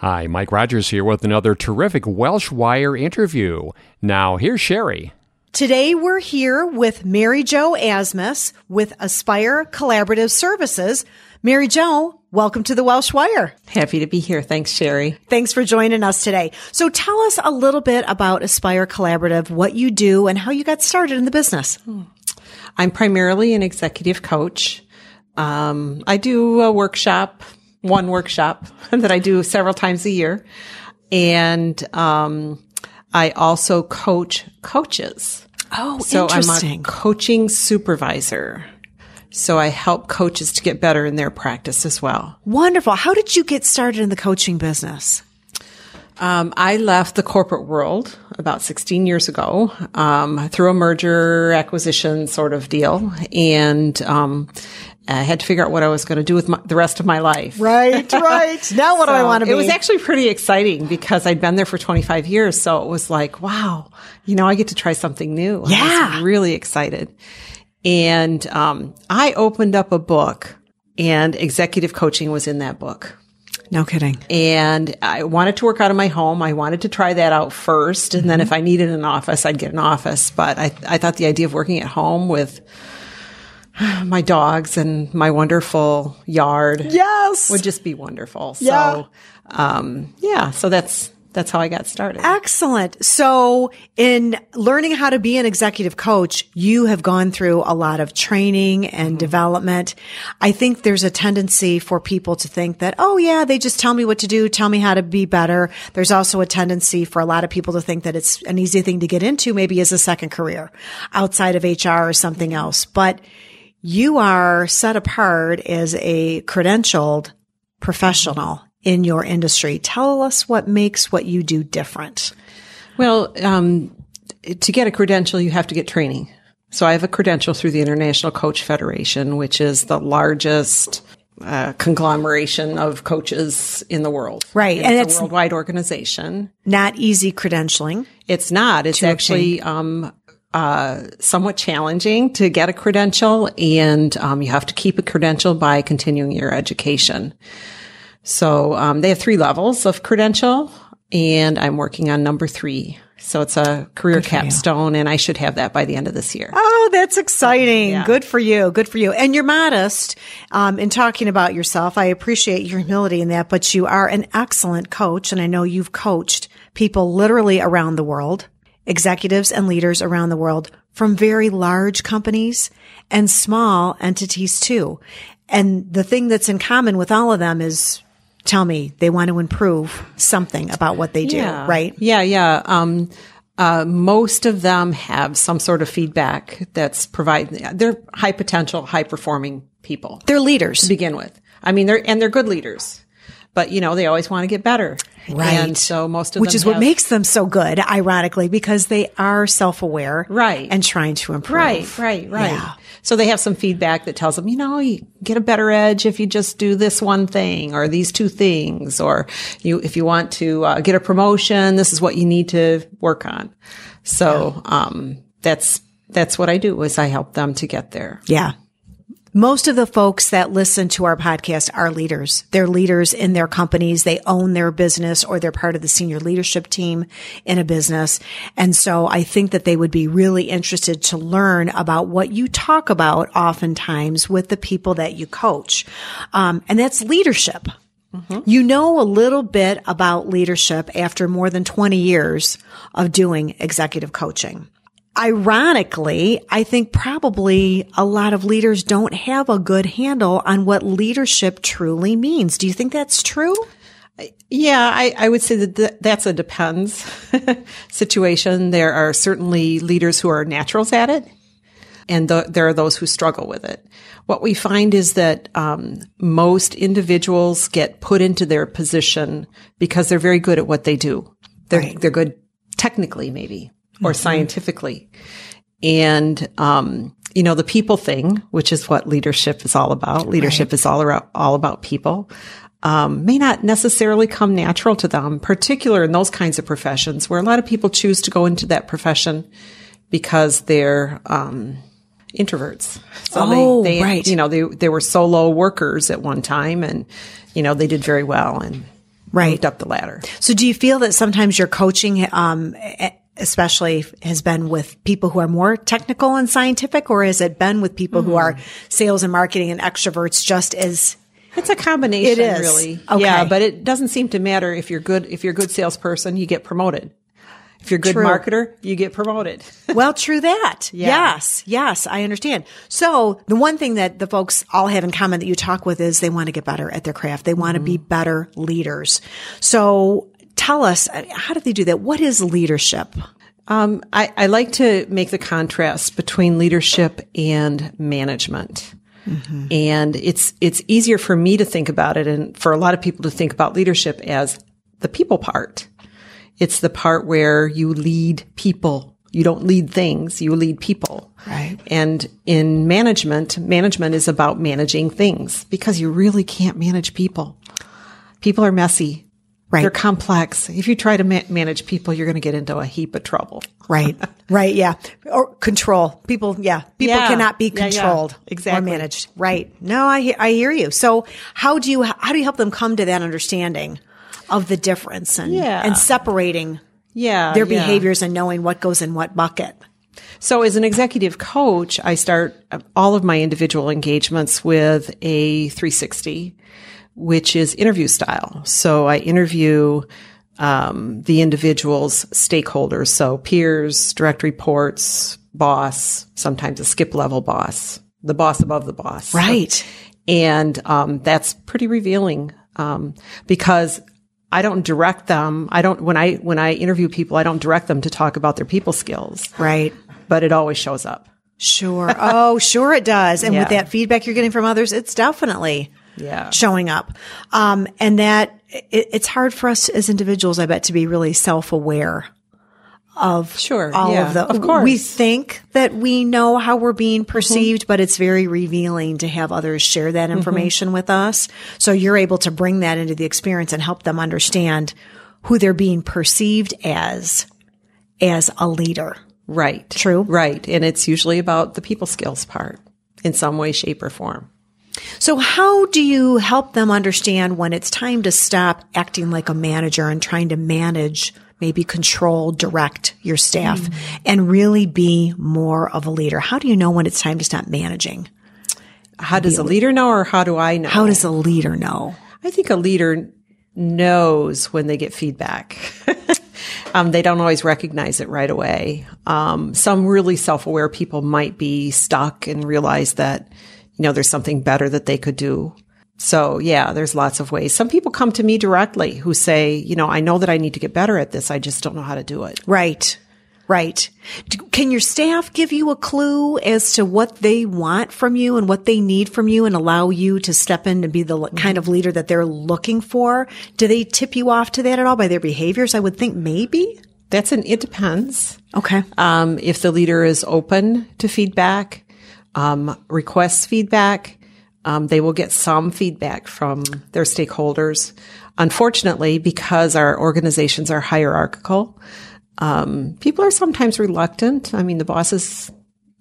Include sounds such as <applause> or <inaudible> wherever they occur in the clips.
Hi, Mike Rogers here with another terrific Welsh Wire interview. Now, here's Sherry. Today we're here with Mary Jo Asmus with Aspire Collaborative Services. Mary Jo, welcome to the Welsh Wire. Happy to be here. Thanks, Sherry. Thanks for joining us today. So tell us a little bit about Aspire Collaborative, what you do and how you got started in the business. I'm primarily an executive coach. Um, I do a workshop, one workshop <laughs> that I do several times a year. And um, I also coach coaches. Oh, So I'm a coaching supervisor. So I help coaches to get better in their practice as well. Wonderful. How did you get started in the coaching business? Um, I left the corporate world about 16 years ago um, through a merger acquisition sort of deal, and um, I had to figure out what I was going to do with my, the rest of my life. Right, <laughs> right. now what do I So want to be? It was actually pretty exciting because I'd been there for 25 years. So it was like, wow, you know, I get to try something new. And I Yeah. was really excited. And um, I opened up a book, and executive coaching was in that book no kidding. and I wanted to work out of my home. I wanted to try that out first. And Mm-hmm. then if I needed an office, I'd get an office. But I, I thought the idea of working at home with <sighs> my dogs and my wonderful yard Yes. would just be wonderful. Yeah. So, um, yeah, so that's, that's how I got started. Excellent. So in learning how to be an executive coach, you have gone through a lot of training and development. I think there's a tendency for people to think that, oh yeah, they just tell me what to do, tell me how to be better. There's also a tendency for a lot of people to think that it's an easy thing to get into maybe as a second career outside of HR or something else. But you are set apart as a credentialed professional in your industry. Tell us what makes what you do different. Well, um, to get a credential, you have to get training. So I have a credential through the International Coach Federation, which is the largest uh, conglomeration of coaches in the world. Right, and and it's- it's a worldwide organization. Not easy credentialing. It's not. It's actually um, uh, somewhat challenging to get a credential, and um, you have to keep a credential by continuing your education. So um, they have three levels of credential, and I'm working on number three. So it's a career capstone, and I should have that by the end of this year. Oh, that's exciting. Good for you. Good for you. And you're modest um, in talking about yourself. I appreciate your humility in that, but you are an excellent coach. And I know you've coached people literally around the world, executives and leaders around the world from very large companies and small entities too. And the thing that's in common with all of them is tell me they want to improve something about what they do, right? Yeah, yeah. Um, uh, most of them have some sort of feedback that's provided. They're high potential, high performing people. They're leaders. to begin with. I mean, they're and they're good leaders, but you know they always want to get better, Right. And so most of which them is what have- makes them so good, ironically, because they are self-aware, Right. and trying to improve, right, right, right. So they have some feedback that tells them, you know, you get a better edge if you just do this one thing or these two things, or you if you want to uh, get a promotion, this is what you need to work on. So um, that's that's what I do is I help them to get there. Yeah. Most of the folks that listen to our podcast are leaders. They're leaders in their companies. They own their business or they're part of the senior leadership team in a business. And so I think that they would be really interested to learn about what you talk about oftentimes with the people that you coach. Um, and that's leadership. You know a little bit about leadership after more than 20 years of doing executive coaching ironically, I think probably a lot of leaders don't have a good handle on what leadership truly means. Do you think that's true? Yeah, I, I would say that th- that's a <laughs> depends situation. There are certainly leaders who are naturals at it, and th- there are those who struggle with it. What we find is that um, most individuals get put into their position because they're very good at what they do. They're Right. they're good technically, maybe, or scientifically, and um, you know the people thing, which is what leadership is all about. Leadership is all around, all about people. Um, may not necessarily come natural to them, particular in those kinds of professions where a lot of people choose to go into that profession because they're um, introverts. So Oh, they, they right. you know, they they were solo workers at one time, and you know they did very well and Right. moved up the ladder. So do you feel that sometimes your coaching, um, e- especially has been with people who are more technical and scientific, or has it been with people who are sales and marketing and extroverts just as It's a combination, It is. really. Okay. Yeah, but it doesn't seem to matter if you're good. If you're a good salesperson, you get promoted. If you're a good True. marketer, you get promoted. <laughs> Well, true that. Yes. Yes. I understand. So the one thing that the folks all have in common that you talk with is they want to get better at their craft. They want to be Mm-hmm. better leaders. So tell us, uh, how do they do that? What is leadership? Um, I, I like to make the contrast between leadership and management. Mm-hmm. And it's it's easier for me to think about it and for a lot of people to think about leadership as the people part. It's the part where you lead people. You don't lead things, you lead people. Right. And in management, management is about managing things because you really can't manage people. People are messy. Right. They're complex. If you try to ma- manage people, you're going to get into a heap of trouble. Right. <laughs> right. Yeah. Or control people. Yeah. People Yeah. cannot be Yeah, yeah. controlled Exactly. or managed. Right. No, I, he- I hear you. So how do you, how do you help them come to that understanding of the difference and, Yeah. and separating Yeah. their yeah. behaviors and knowing what goes in what bucket? So as an executive coach, I start uh, all of my individual engagements with a 360, which is interview style. So I interview um, the individual's stakeholders. So peers, direct reports, boss, sometimes a skip level boss, the boss above the boss. Right. And um, that's pretty revealing um, because I don't direct them. I don't when I when I interview people, I don't direct them to talk about their people skills, Right. but it always shows up. Sure. Oh, sure it does. And with Yeah. that feedback you're getting from others, it's definitely Yeah. showing up. Um, and that it, it's hard for us as individuals, I bet, to be really self aware of Sure. all Yeah. of the. Of course. Mm-hmm. we think that we know how we're being perceived, but it's very revealing to have others share that Mm-hmm. information with us. So you're able to bring that into the experience and help them understand who they're being perceived as, as a leader. Right. True. Right. And it's usually about the people skills part in some way, shape, or form. So, how do you help them understand when it's time to stop acting like a manager and trying to manage, maybe control, direct your staff and really be more of a leader? How do you know when it's time to stop managing? How does a leader know or how do I know? How does a leader know? I think a leader knows when they get feedback. <laughs> um, they don't always recognize it right away. Um, some really self aware people might be stuck and realize that, you know, there's something better that they could do. So yeah, there's lots of ways. Some people come to me directly who say, you know, I know that I need to get better at this. I just don't know how to do it. Right. Right. D- Can your staff give you a clue as to what they want from you and what they need from you and allow you to step in and be the l- kind of leader that they're looking for? Do they tip you off to that at all by their behaviors? I would think maybe. That's an, it depends. Okay. um, if the leader is open to feedback, um, requests feedback, um, they will get some feedback from their stakeholders. Unfortunately, because our organizations are hierarchical, um, people are sometimes reluctant. I mean, the boss is,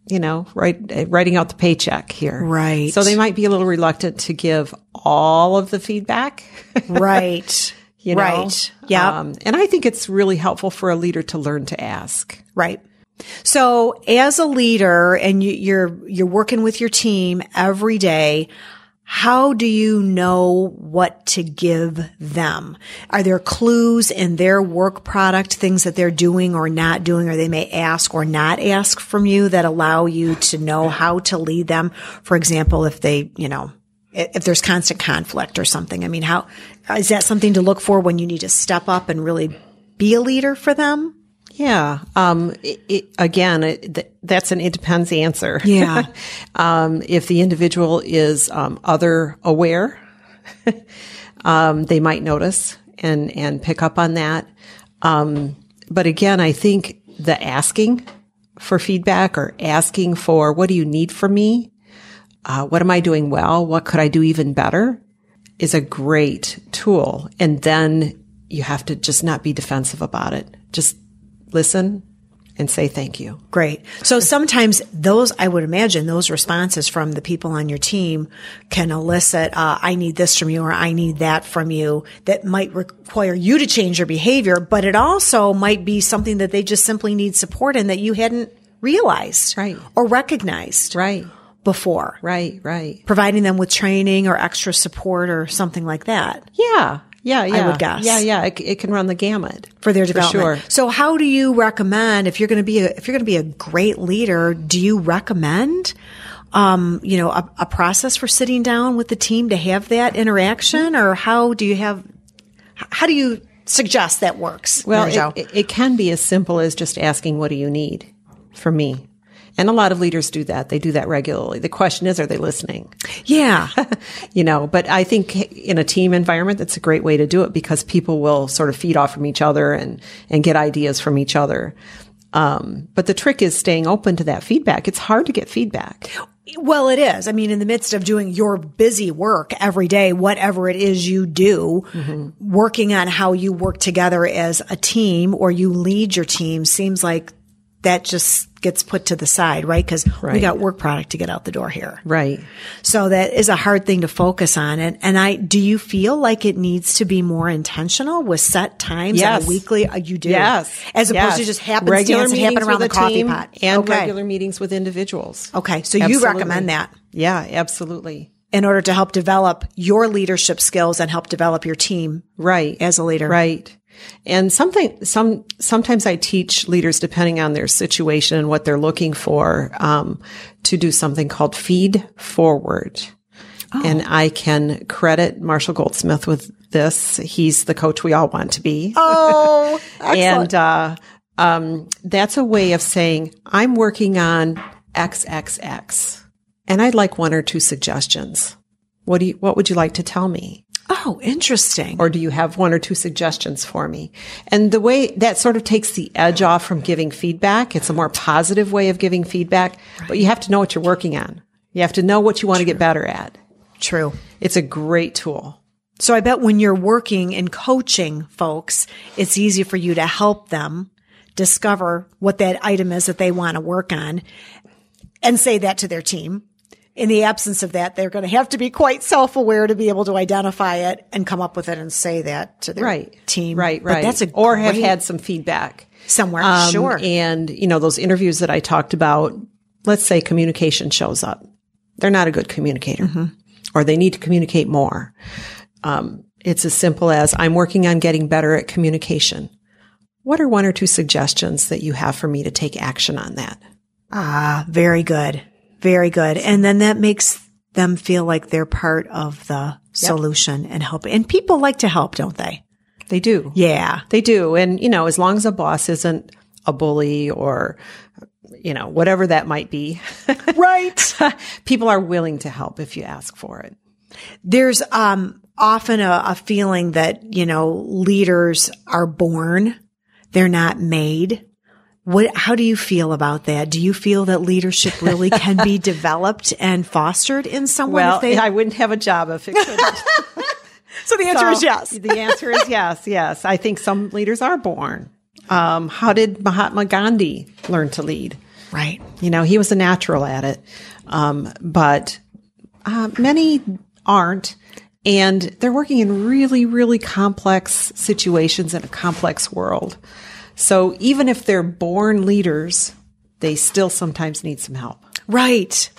you know, right, writing out the paycheck here. Right. So they might be a little reluctant to give all of the feedback. <laughs> Right. You know? right. Yeah. Um, and I think it's really helpful for a leader to learn to ask. right. So as a leader and you, you're, you're working with your team every day, how do you know what to give them? Are there clues in their work product, things that they're doing or not doing, or they may ask or not ask from you that allow you to know how to lead them? For example, if they, you know, i- if there's constant conflict or something, I mean, how is that something to look for when you need to step up and really be a leader for them? Yeah. Um, it, it- again, it, th- that's an it depends answer. Yeah. <laughs> um, if the individual is um, other aware, <laughs> um, they might notice and and pick up on that. Um, but again, I think the asking for feedback or asking for what do you need from me, uh, what am I doing well, what could I do even better, is a great tool. And then you have to just not be defensive about it. Just listen and say thank you. Great. So sometimes those, I would imagine those responses from the people on your team can elicit, uh, I need this from you or I need that from you that might require you to change your behavior, but it also might be something that they just simply need support in that you hadn't realized Right. or recognized Right, before. right, right. Providing them with training or extra support or something like that Yeah, yeah, yeah. would guess. Yeah, yeah. It, c- it can run the gamut for their development. sure. So how do you recommend if you're going to be a, if you're going to be a great leader, do you recommend um, you know, a, a process for sitting down with the team to have that interaction or how do you have h- how do you suggest that works? Mary Jo? Well, it, it can be as simple as just asking, "What do you need from me?" And a lot of leaders do that. They do that regularly. The question is, are they listening? <laughs> yeah. You know, but I think in a team environment, that's a great way to do it because people will sort of feed off from each other and and get ideas from each other. Um, but the trick is staying open to that feedback. It's hard to get feedback. Well, it is. I mean, in the midst of doing your busy work every day, whatever it is you do, Mm-hmm. working on how you work together as a team or you lead your team seems like that just gets put to the side, right? Because we Right. got work product to get out the door here. Right. So that is a hard thing to focus on. And, and I, do you feel like it needs to be more intentional with set times on Yes. a weekly? uh, You do. Yes. As opposed Yes. to just happenstance and happen meetings around the with a coffee team pot. and okay. regular meetings with individuals. Okay. So you Absolutely. recommend that. Yeah, absolutely. in order to help develop your leadership skills and help develop your team Right. as a leader. Right. And something, some, sometimes I teach leaders, depending on their situation and what they're looking for, um, to do something called feed forward. Oh. And I can credit Marshall Goldsmith with this. He's the coach we all want to be. Oh, <laughs> And uh, um, that's a way of saying, I'm working on XXX. And I'd like one or two suggestions. What do you, what would you like to tell me? oh, interesting. Or do you have one or two suggestions for me? And the way that sort of takes the edge off from giving feedback, it's a more positive way of giving feedback, but you have to know what you're working on. You have to know what you want to get better at. True. It's a great tool. So I bet when you're working and coaching folks, it's easy for you to help them discover what that item is that they want to work on and say that to their team. In the absence of that, they're going to have to be quite self-aware to be able to identify it and come up with it and say that to their team. Right, But right. that's a or have great- had some feedback. somewhere. Um, sure. And, you know, those interviews that I talked about, let's say communication shows up. They're not a good communicator Mm-hmm. or they need to communicate more. Um, it's as simple as I'm working on getting better at communication. What are one or two suggestions that you have for me to take action on that? Ah, very good. Very good. And then that makes them feel like they're part of the solution and help. And people like to help, don't they? They do. Yeah. They do. And, you know, as long as a boss isn't a bully or, you know, whatever that might be, Right. <laughs> people are willing to help if you ask for it. There's, um, often a, a feeling that, you know, leaders are born. They're not made. What, how do you feel about that? Do you feel that leadership really can <laughs> be developed and fostered in someone? Well, if they, I wouldn't have a job if it couldn't. <laughs> so the answer is yes. The answer is yes, yes. I think some leaders are born. Um, how did Mahatma Gandhi learn to lead? Right. You know, he was a natural at it, um, but uh, many aren't. And they're working in really, really complex situations in a complex world. So even if they're born leaders, they still sometimes need some help. Right.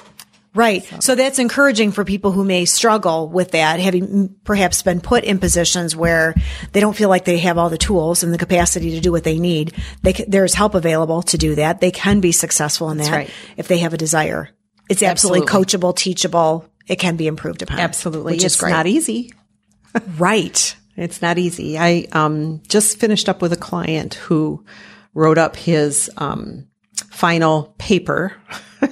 Right. So. that's encouraging for people who may struggle with that, having mm, perhaps been put in positions where they don't feel like they have all the tools and the capacity to do what they need. They, c- there's help available to do that. They can be successful in that right. if they have a desire. It's absolutely, coachable, teachable. It can be improved upon. Absolutely. Which it's is great. not e-, easy. right. It's not easy. I um, just finished up with a client who wrote up his um, final paper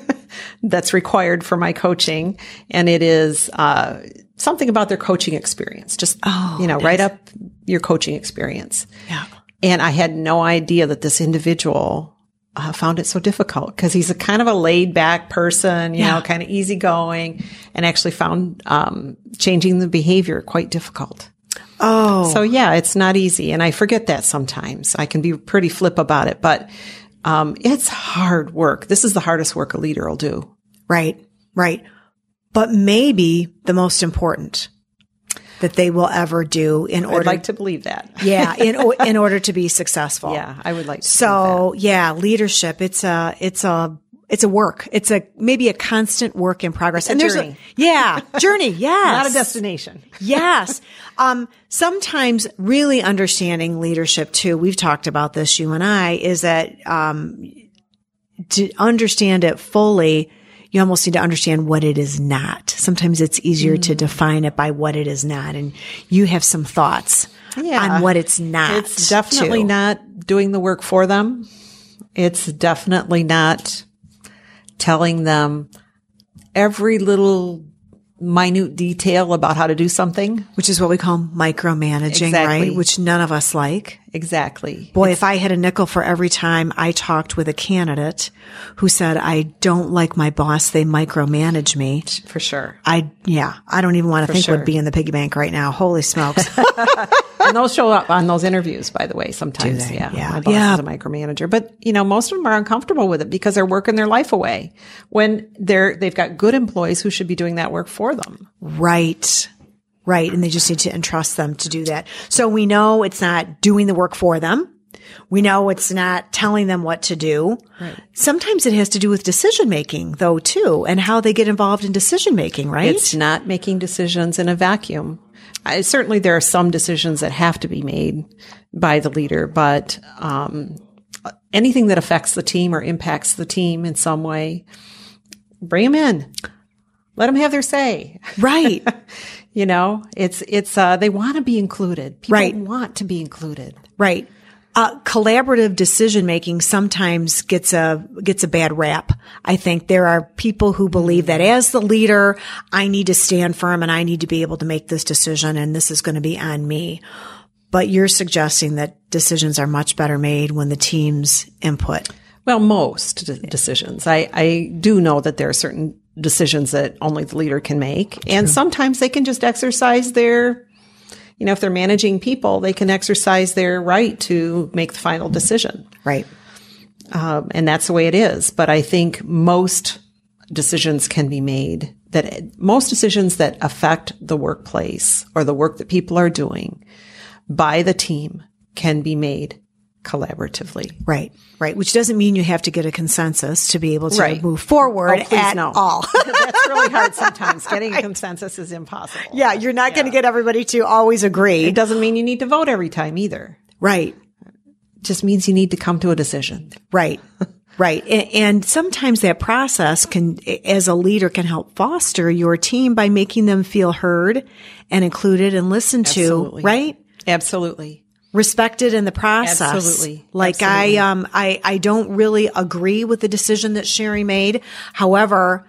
<laughs> that's required for my coaching, and it is uh, something about their coaching experience. Just Oh, you know, nice. write up your coaching experience. Yeah. And I had no idea that this individual uh, found it so difficult because he's a kind of a laid back person, you Yeah. know, kind of easygoing, and actually found um, changing the behavior quite difficult. Oh, So yeah, it's not easy, and I forget that sometimes. I can be pretty flip about it, but um, it's hard work. This is the hardest work a leader will do. right, right. But maybe the most important that they will ever do in order I'd like to believe that. yeah, in o- in order to be successful. yeah, I would like to. believe So yeah, leadership. It's a it's a it's a work. It's a maybe a constant work in progress. and there's journey. a yeah journey. Yes, that. <laughs> not a destination. yes. Um, sometimes really understanding leadership too. We've talked about this, you and I, is that, um, to understand it fully, you almost need to understand what it is not. Sometimes it's easier Mm. to define it by what it is not. And you have some thoughts Yeah. on what it's not. It's definitely too. not doing the work for them. It's definitely not telling them every little minute detail about how to do something. Which is what we call micromanaging, Exactly. right? Which none of us like. Exactly. Boy, if I had a nickel for every time I talked with a candidate who said, I don't like my boss, they micromanage me. For sure. I, yeah, I don't even want to think sure. would be in the piggy bank right now. Holy <laughs> smokes. and those show up on those interviews, by the way, sometimes. they? Yeah. Yeah. My boss Yeah. is a micromanager, but you know, most of them are uncomfortable with it because they're working their life away when they're, they've got good employees who should be doing that work for them. right. Right. And they just need to entrust them to do that. So we know it's not doing the work for them. We know it's not telling them what to do. Sometimes it has to do with decision making though too and how they get involved in decision making, right? It's not making decisions in a vacuum. I, certainly, there are some decisions that have to be made by the leader, but um, anything that affects the team or impacts the team in some way, bring them in. Let them have their say. right. You know, it's it's uh, they want to be included. People Right. want to be included. Right. Uh, collaborative decision making sometimes gets a gets a bad rap. I think there are people who believe that as the leader, I need to stand firm and I need to be able to make this decision, and this is going to be on me. But you're suggesting that decisions are much better made when the team's input. Well, most de- decisions. I, I do know that there are certain decisions that only the leader can make. And sometimes they can just exercise their, you know, if they're managing people, they can exercise their right to make the final decision. Right. Um, and that's the way it is. But I think most decisions can be made that most decisions that affect the workplace or the work that people are doing by the team can be made collaboratively. Right. Right. Which doesn't mean you have to get a consensus to be able to Right. move forward Oh, please, at no. all. <laughs> That's really hard <laughs> sometimes. Getting a consensus is impossible. <laughs> yeah, you're not going to get everybody to always agree. It doesn't mean you need to vote every time either. Right. It just means you need to come to a decision. Right. <laughs> Right. A- And sometimes that process can, as a leader, can help foster your team by making them feel heard and included and listened to, Absolutely. right? Absolutely. Respected in the process. Absolutely. Like Absolutely. I, um, I, I don't really agree with the decision that Sherry made. However,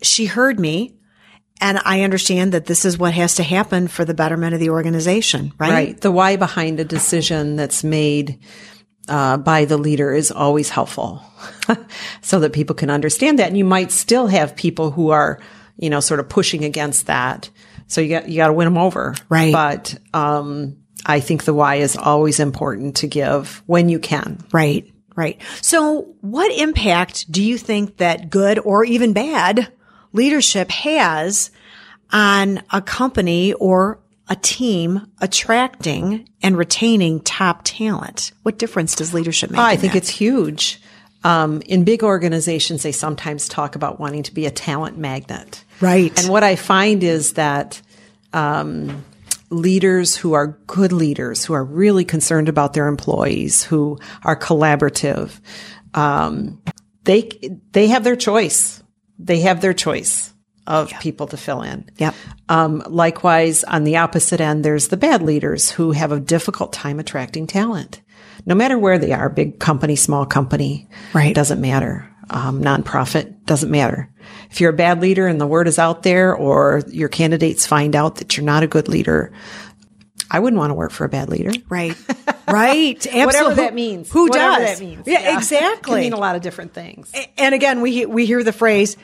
she heard me and I understand that this is what has to happen for the betterment of the organization, right? Right. The why behind a decision that's made uh, by the leader is always helpful <laughs> so that people can understand that. And you might still have people who are, you know, sort of pushing against that. So you got, you got to win them over. Right. But, um, I think the why is always important to give when you can. Right, right. So what impact do you think that good or even bad leadership has on a company or a team attracting and retaining top talent? What difference does leadership make? I in think that? it's huge. Um, in big organizations, they sometimes talk about wanting to be a talent magnet. Right. And what I find is that um, leaders who are good leaders, who are really concerned about their employees, who are collaborative, um, they they have their choice. They have their choice of people to fill in. Yep. Um, likewise, on the opposite end, there's the bad leaders who have a difficult time attracting talent. no matter where they are, big company, small company, Right. doesn't matter. Um, nonprofit doesn't matter. If you're a bad leader and the word is out there, or your candidates find out that you're not a good leader, I wouldn't want to work for a bad leader. Right. <laughs> Right. Absolutely. <laughs> Whatever that means. Who Whatever does? that means. Yeah, It can exactly. mean a lot of different things. and again, we we hear the phrase,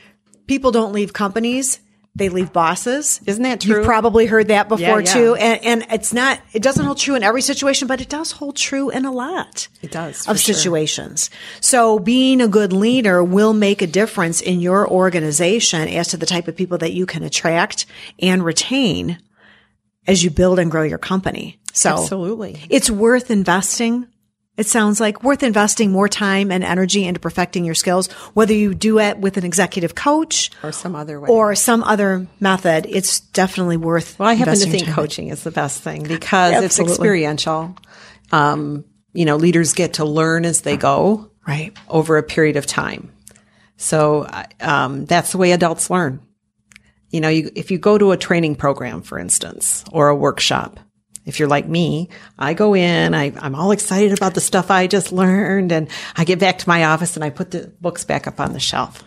"People don't leave companies; they leave bosses." Isn't that true? You've probably heard that before yeah. too, and, and it's not. It doesn't hold true in every situation, but it does hold true in a lot. It does, for of sure. situations. So, being a good leader will make a difference in your organization as to the type of people that you can attract and retain as you build and grow your company. So, Absolutely. it's worth investing. It sounds like worth investing more time and energy into perfecting your skills, whether you do it with an executive coach Or some other way. or some other method. It's definitely worth. Well, I happen to investing your think time. coaching is the best thing because it's Absolutely. experiential. Um, you know, leaders get to learn as they go Right. over a period of time. So I- um, that's the way adults learn. You know, you, if you go to a training program, for instance, or a workshop, if you're like me, I go in, I, I'm all excited about the stuff I just learned, and I get back to my office and I put the books back up on the shelf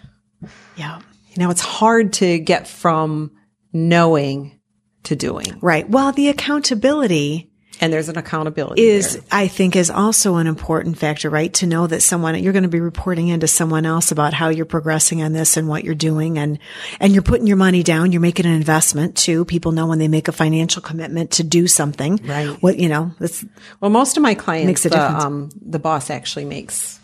Yeah. you know, it's hard to get from knowing to doing. Right. Well, the accountability And there's an accountability. is, there. I think, is also an important factor, right? To know that someone, you're going to be reporting into someone else about how you're progressing on this and what you're doing and, and you're putting your money down. You're making an investment too. People know when they make a financial commitment to do something. Right. What, you know, that's, well, most of my clients, Makes a the, difference. um, the boss actually makes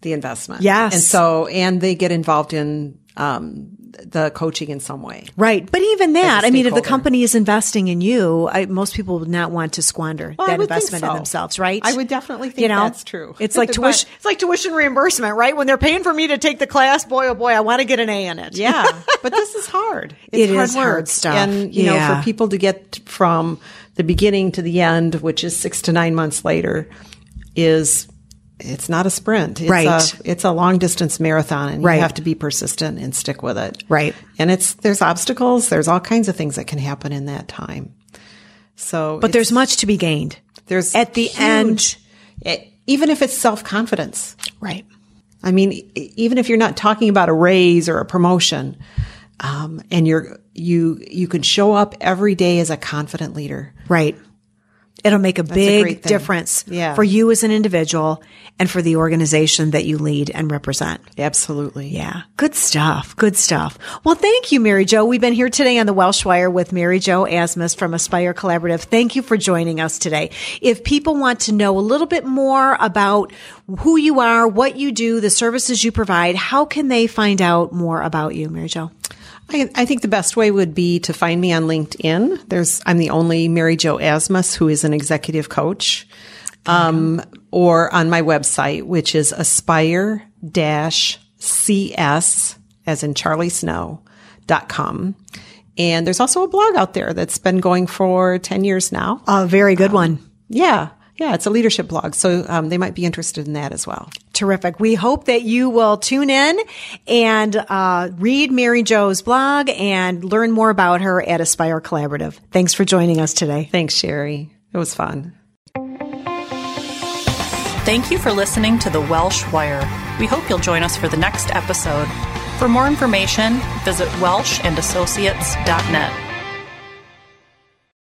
the investment. Yes. And so, and they get involved in, um, the coaching in some way. right. But even that, I mean, if the stakeholder. company is investing in you, I, most people would not want to squander Well, I that would think investment in so. themselves, right? I would definitely think that's true. It's like <laughs> But- tuition. It's like tuition reimbursement, right? When they're paying for me to take the class, boy, oh boy, I want to get an A in it. <laughs> Yeah. but this is hard. It is hard work. stuff. And, you know, Yeah. for people to get from the beginning to the end, which is six to nine months later, is it's not a sprint. It's Right. A, it's a long distance marathon and Right. you have to be persistent and stick with it. Right. And it's, there's obstacles. There's all kinds of things that can happen in that time. So, But there's much to be gained. there's at the huge- end. e- even if it's self confidence. Right. I mean, e- even if you're not talking about a raise or a promotion, um, and you're you you can show up every day as a confident leader. Right. It'll make a big great thing. difference Yeah. for you as an individual and for the organization that you lead and represent. Absolutely. Yeah. Good stuff. Good stuff. Well, thank you, Mary Jo. We've been here today on the Welsh Wire with Mary Jo Asmus from Aspire Collaborative. Thank you for joining us today. If people want to know a little bit more about who you are, what you do, the services you provide, how can they find out more about you, Mary Jo? I, I think the best way would be to find me on LinkedIn. There's I'm the only Mary Jo Asmus who is an executive coach, um, or on my website, which is aspire dash cs as in Charlie Snow dot com. And there's also a blog out there that's been going for ten years now. A very good one. Yeah. Yeah. It's a leadership blog. So um, they might be interested in that as well. Terrific. We hope that you will tune in and uh, read Mary Jo's blog and learn more about her at Aspire Collaborative. Thanks for joining us today. Thanks, Sherry. It was fun. Thank you for listening to The Welsh Wire. We hope you'll join us for the next episode. For more information, visit welshandassociates.net.